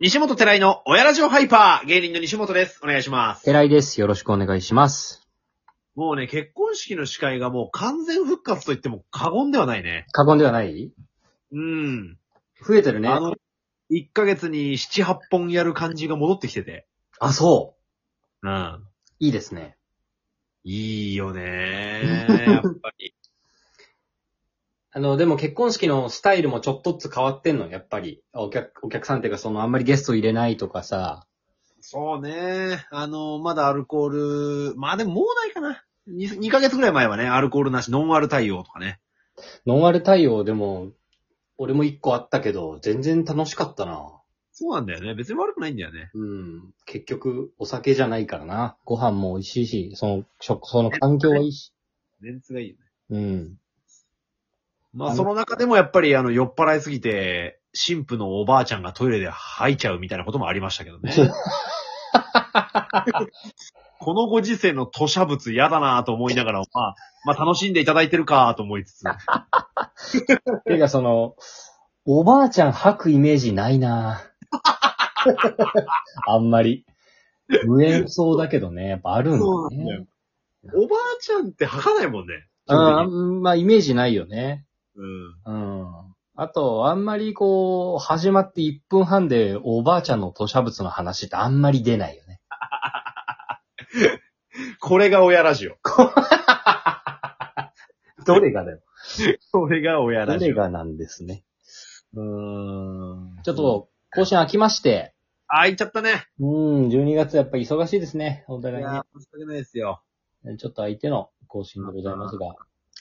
西本寺井の親ラジオハイパー、芸人の西本です。お願いします。偉いです。よろしくお願いします。もうね、結婚式の司会がもう完全復活と言っても過言ではないね。過言ではないうん。増えてるね。ああの、1ヶ月に7、8本やる感じが戻ってきてて。そうん。う。いいですね。いいよねーやっぱり。あの、でも結婚式のスタイルもちょっとずつ変わってんの、やっぱり。お客、お客さんっていうか、その、あんまりゲスト入れないとかさ。そうねあの、まだアルコール、まあでももうないかな。2, 2ヶ月ぐらい前はね、アルコールなし、ノンアル対応とかね。ノンアル対応でも、俺も一個あったけど、全然楽しかったな。そうなんだよね。別に悪くないんだよね。うん。結局、お酒じゃないからな。ご飯も美味しいし、その、食、その環境はいいし。メンツがいいよね。うん。まああ、のその中でもやっぱり、あの、酔っ払いすぎて、神父のおばあちゃんがトイレで吐いちゃうみたいなこともありましたけどね。 このご時世の吐砂物嫌だなと思いながら、まあ、まあ楽しんでいただいてるかと思いつつ。 てか、その、おばあちゃん吐くイメージない なあんまり。無縁そうだけどね、やっぱあるんだそうなんだねよ。おばあちゃんって吐かないもんね。うんあんまあ、イメージないよね。うん。うん。あと、あんまりこう、始まって1分半でおばあちゃんの吐砂物の話ってあんまり出ないよね。これが親ラジオ。どれがだよ。これが親どラジれオ。がなんですね。うーん。ちょっ、と、更新飽きまして。あ、行っちゃったね。うん、12月やっぱり忙しいですね。おい互いやー、申し訳ないですよ。ね。ちょっと相手の更新でございますが。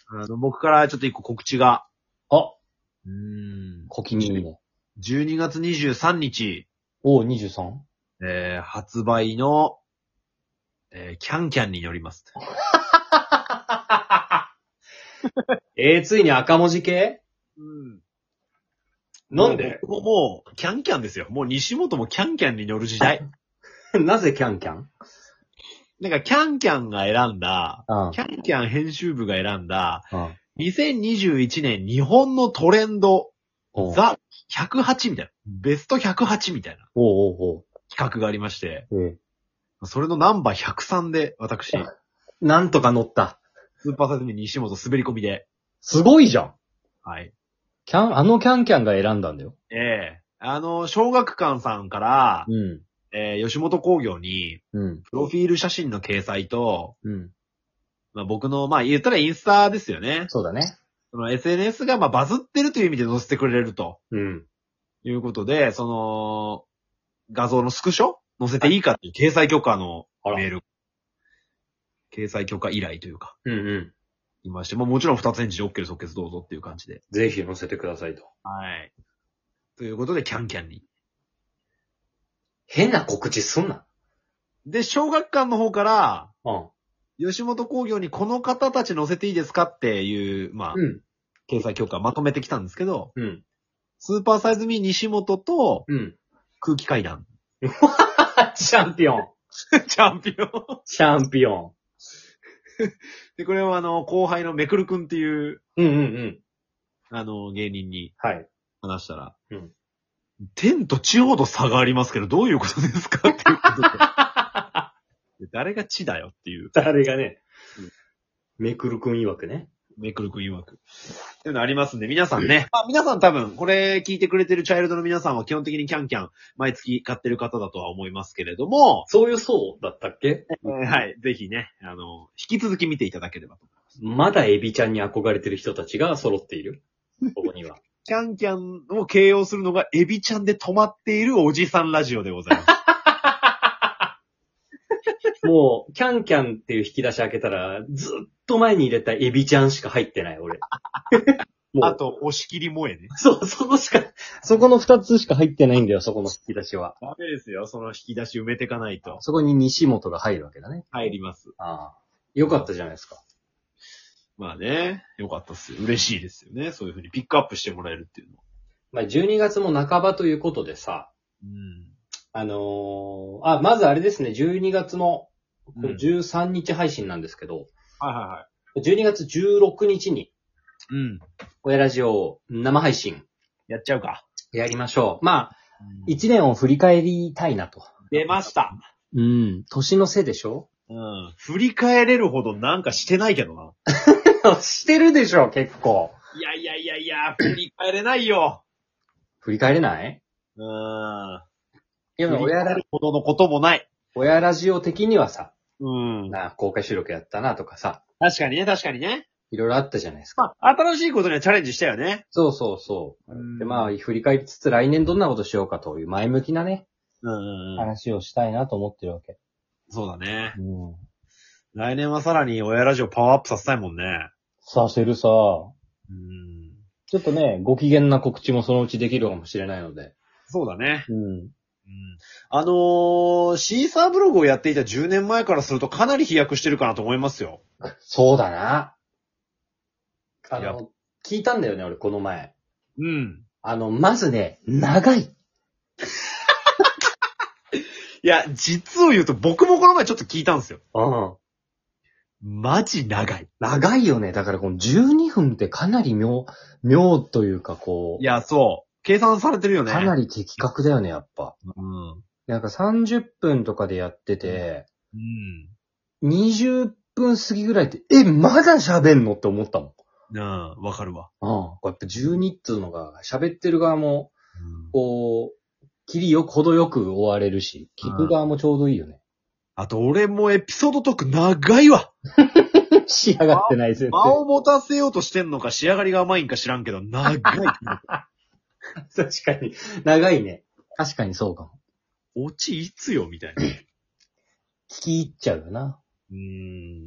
あの、僕からちょっと一個告知が。あ、うーん。小気味いいね。 12月23日。おう、23? えー発売の、えーキャンキャンに乗ります。えー、ついに赤文字系うん。なんでもう、もうキャンキャンですよ。もう西本もキャンキャンに乗る時 代。なぜキャンキャンなんか、キャンキャンが選んだ、うん。キャンキャン編集部が選んだ、 うん2021年日本のトレンド、おうザ108みたいな、ベスト108みたいなおうおう企画がありまして、おう。えそれのナンバー103で、私、えなんとか乗った。スーパーサイズミ西本滑り込みで、すごいじゃん。はい。キャン、あのキャンキャンが選んだんだよ。ええあの、小学館さんから、うん。えー吉本興業に、うん。プロフィール写真の掲載と、うん。まあ、僕の、まあ、言ったらインスタですよね。そうだね。その SNS が、まあ、バズってるという意味で載せてくれるとうん。いうことで、その、画像のスクショ載せていいかっていう掲載許可のあらメール。掲載許可依頼というか、うんうん。いまして、まあ、もちろん二つ返事で OK 即決どうぞっていう感じで。ぜひ乗せてくださいと。はい。ということで、キャンキャンに。変な告知すんな。で、小学館の方から、うん。吉本興業にこの方たち載せていいですかっていう、まあ、うん。掲載許可まとめてきたんですけど、うん。スーパーサイズミ西本とうん。空気階段。 チャンピオン。 チャンピオン。チャンピオで、これはあの、後輩のめくるくんっていう、ン。うんうんうん。あの、芸人にはい。話したら、うん天と地ほど差がありますけど、どういうことですかっていうことで。 で誰が地だよっていう、誰がねうん、めくるくん曰くね。めくるくん曰く。っていうのありますんで、皆さんね。まあ皆さん多分、これ聞いてくれてるチャイルドの皆さんは基本的にキャンキャン、毎月買ってる方だとは思いますけれども、そういう層だったっけはい、ぜひね、あの、引き続き見ていただければと。まだエビちゃんに憧れてる人たちが揃ってい る。ここには。キャンキャンを形容するのが、エビちゃんで止まっているおじさんラジオでございます。もう、キャンキャンっていう引き出し開けたら、ずっと前に入れたエビちゃんしか入ってない、俺。もうあと、押し切り萌えね。そう、そこしか、そこの二つしか入ってないんだよ、そこの引き出しは。ダメですよ、その引き出し埋めてかないと。そこに西本が入るわけだね。入ります。ああ。よかったじゃないですか。まあね、よかったっすよ。嬉しいですよね。そういう風にピックアップしてもらえるっていうのは。まあ、12月も半ばということでさ、うん。あのーあ、まずあれですね、12月のこううん13日配信なんですけど、はいはいはい。 12月16日に、うん。親ラジオ生配信やっちゃうか。やりましょう。まあ、一年を振り返りたいなと。出ました。うん。年のせいでしょうん。振り返れるほどなんかしてないけどな。 してるでしょ、結構。いやいやいやいや、振り返れないよ。振り返れないうん。いや、振り親返ラる、ほどのこともない。親ラジオ的にはさ、うん。なあ公開収録やったなとかさ、確かにね、確かにね。いろいろあったじゃないですか。まあ、新しいことにはチャレンジしたよね。そうそうそう。うんで、まあ、振り返りつつ来年どんなことしようかという前向きなね、うんうんうん。話をしたいなと思ってるわけ。そうだね。うん。来年はさらに親ラジオパワーアップさせたいもんね。させるさ、ちょうん。っとね、ご機嫌な告知もそのうちできるかもしれないので。そうだね。うん。うん。あのー、シーサーブログをやっていた10年前からするとかなり飛躍してるかなと思いますよ。そうだな。あいやの、聞いたんだよね、俺、この前。うん。あの、まずね、長い。いや、実を言うと僕もこの前ちょっと聞いたんですよ。うん。マジ長い。長いよね。だからこの12分ってかなり妙、妙というかこう、いや、そう。計算されてるよね。かなり。り的確だよね、やっぱ。うん。うなんか30分とかでやってて、ん。 20分過ぎぐらいって、え、まだ喋んのって思ったもん。なあ、わかるわ。うん。やっぱ12っつうのが、喋ってる側も、こう、切りよ、程よく終われるし、聞く側もちょうどいいよね。あと、俺もエピソードトーク長いわ。 仕上がってな い先間生。を持たせようとしてんのか仕上がりが甘いんか知らんけど、 長い。 確かに。長いね。確かにそうかも。落ちいつよ、みたいな。う聞き入っちゃうよな。ー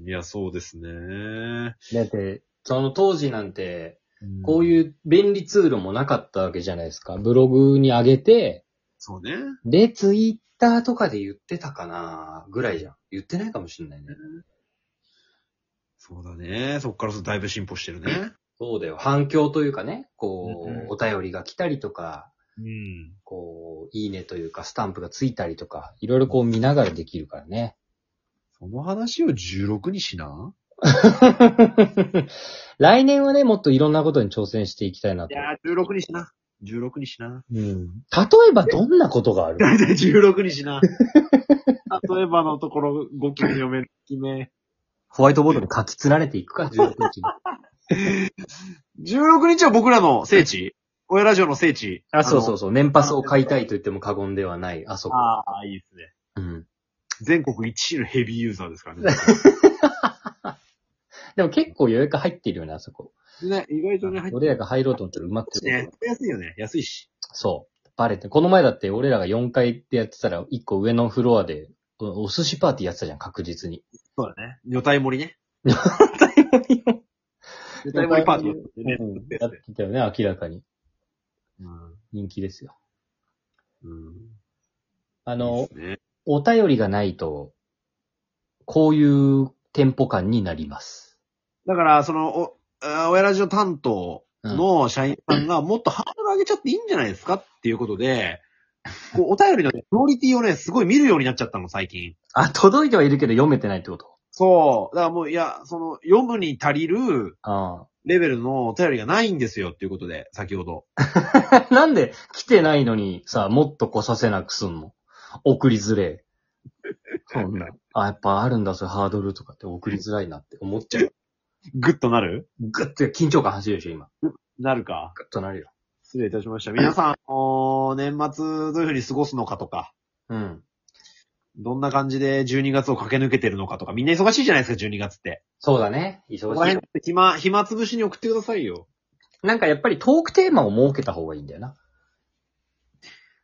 ん、いや、そうですね。だって、その当時なんて、こういう便利ツールもなかったわけじゃないですか。ブログに上げて、そうね。で、ツイッターとかで言ってたかなぐらいじゃん。言ってないかもしれないね。そうだね。そっからだいぶ進歩してるね。そうだよ。反響というかね、こう、うんうんお便りが来たりとか、うん。こう、いいねというか、スタンプがついたりとか、いろいろこう見ながらできるから ね。その話を16にしな。来年はね、もっといろんなことに挑戦していきたいなと。、 16にしな。16にしな。うん。例えばどんなことがある大体16にしな。例えばのところ、5期目、4目、6期目。ホワイトボードに書き連られていくか、16日に。 16日は僕らの聖地親ラジオの聖地あ、そうそうう。そう。年パスを買いたいと言っても過言ではない、あそこ。ああ、いいですね。うん。全国一位のヘビーユーザーですからね。でも結構予約入ってるよね、あそこ。ね、意外とね、入って俺らが入ろうと思ったら埋まってる。ね、安いよね。安いし。そう。バレて。この前だって俺らが4階でやってたら、1個上のフロアで、おお寿司パーティーやってたじゃん、確実に。そうだね。女体盛りね。女体体盛盛りりパパーーティーティーね。うんやってたよね、明らかに。うん。人気ですよ。うん。ああの、、ね、お便りがないと、こういうテンポ感になります。だから、その、お、あ親ラジオ担当の社員さんがもっとハードル上げちゃっていいんじゃないですかっていうことで、こう、お便りのねクオリティをね、すごい見るようになっちゃったの、最近。あ、届いてはいるけど読めてないってことそう。だからもう、いや、その、読むに足りるあレベルのお便りがないんですよっていうことで、先ほど。あ。 なんで来てないのにさ、もっと来させなくすんの送りづれえ。そんな。あ、やっぱあるんだ、それハードルとかって送りづらいなって思っちゃう。グッとなるぐって緊張感走るでしょ、今。なるか。ぐっとなるよ。失礼いたしました。皆さん、あのー年末どういうふうに過ごすのかとか、うん。どんな感じで12月を駆け抜けてるのかとか、みんな忙しいじゃないですか、12月って。そうだね。ここ忙らしい辺。って暇、暇つぶしに送ってくださいよ。なんかやっぱりトークテーマを設けた方がいいんだよな。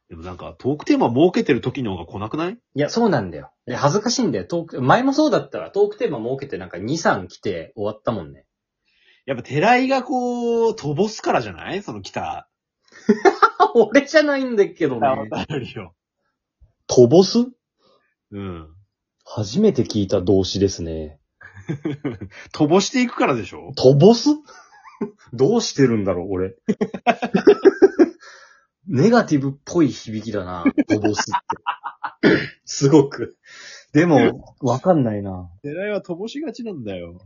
でもなんか、トークテーマ設けてる時の方が来なくないいや、そうなんだよ。いや恥ずかしいんだよ。トーク、前もそうだったらトークテーマ設けてなんか2、3来て終わったもんね。 やっぱ、寺井がこう、飛ぼすからじゃないその来た。あ、俺じゃないんだけどね。お便りを。飛ぼすうん。初めて聞いた動詞ですね。飛ぼしていくからでしょ飛ぼす どうしてるんだろう、俺。 ネガティブっぽい響きだな、飛ぼすって。 すごく。でも、わかんないな。寺井は飛ぼしがちなんだよ。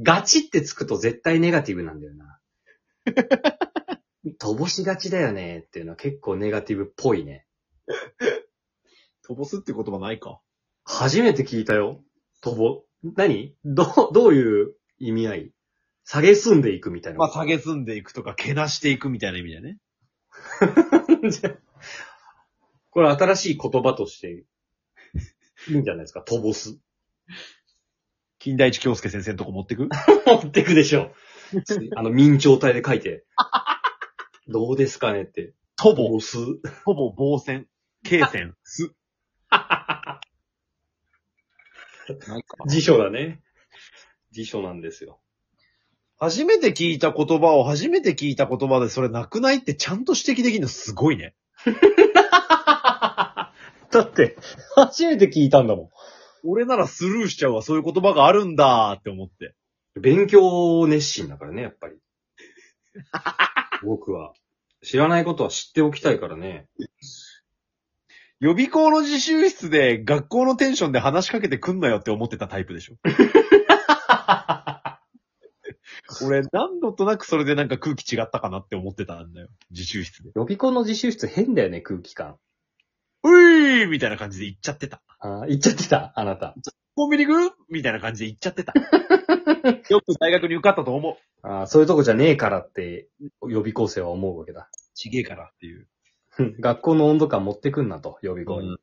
ガチってつくと絶対ネガティブなんだよな。 飛ぼしがちだよねっていうのは結構ネガティブっぽいね。飛ぼすって言葉ないか。初めて聞いたよ。飛ぼ、何どう、どういう意味合い下げすんでいくみたいな。まあ、下げすんでいくとか、けなしていくみたいな意味だよね。じゃあ これ新しい言葉として、いいんじゃないですか飛ぼす。金田一京介先生のとこ持ってく持ってくでし ょ。あの、明朝体で書いて。どうですかねって。と飛ぼ、ぼす。とぼ、防線、軽線、す。ないか辞書だね。辞書なんですよ。初めて聞いた言葉を初めて聞いた言葉でそれなくないってちゃんと指摘できるのすごいね。だって、初めて聞いたんだも俺ならスルーしちゃうわ、そういう言葉があるんだーって思って。ん。勉強熱心だからね、やっ ぱり。僕は。知らないことは知っておきたいからね。予備校の自習室で学校のテンションで話しかけてくんなよって思ってたタイプでしょ。俺何度となくそれでなんか空気違ったかなって思ってたんだよ。自習室で。予備校の自習室変だよね、空気感。ういーみたいな感じで行っちゃってた。あー言っちゃってた、あなた。コンビニ行くみたいな感じで行っちゃってた。よく大学に受かったと思う。あーそういうとこじゃねえからって、予備校生は思うわけだ。 ちげえからっていう。学校の温度感持ってくんなと、予備校に。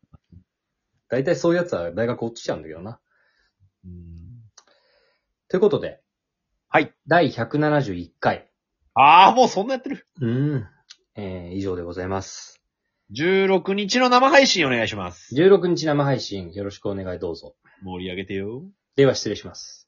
大体そういうやつは大学落ちちゃうんだけどな。うんということで。はい。第171回。ああ、もうそんなやってる。うん。えー、以上でございます。 16日の生配信お願いします。 16日生配信よろしくお願いどうぞ。盛り上げてよ。では失礼します。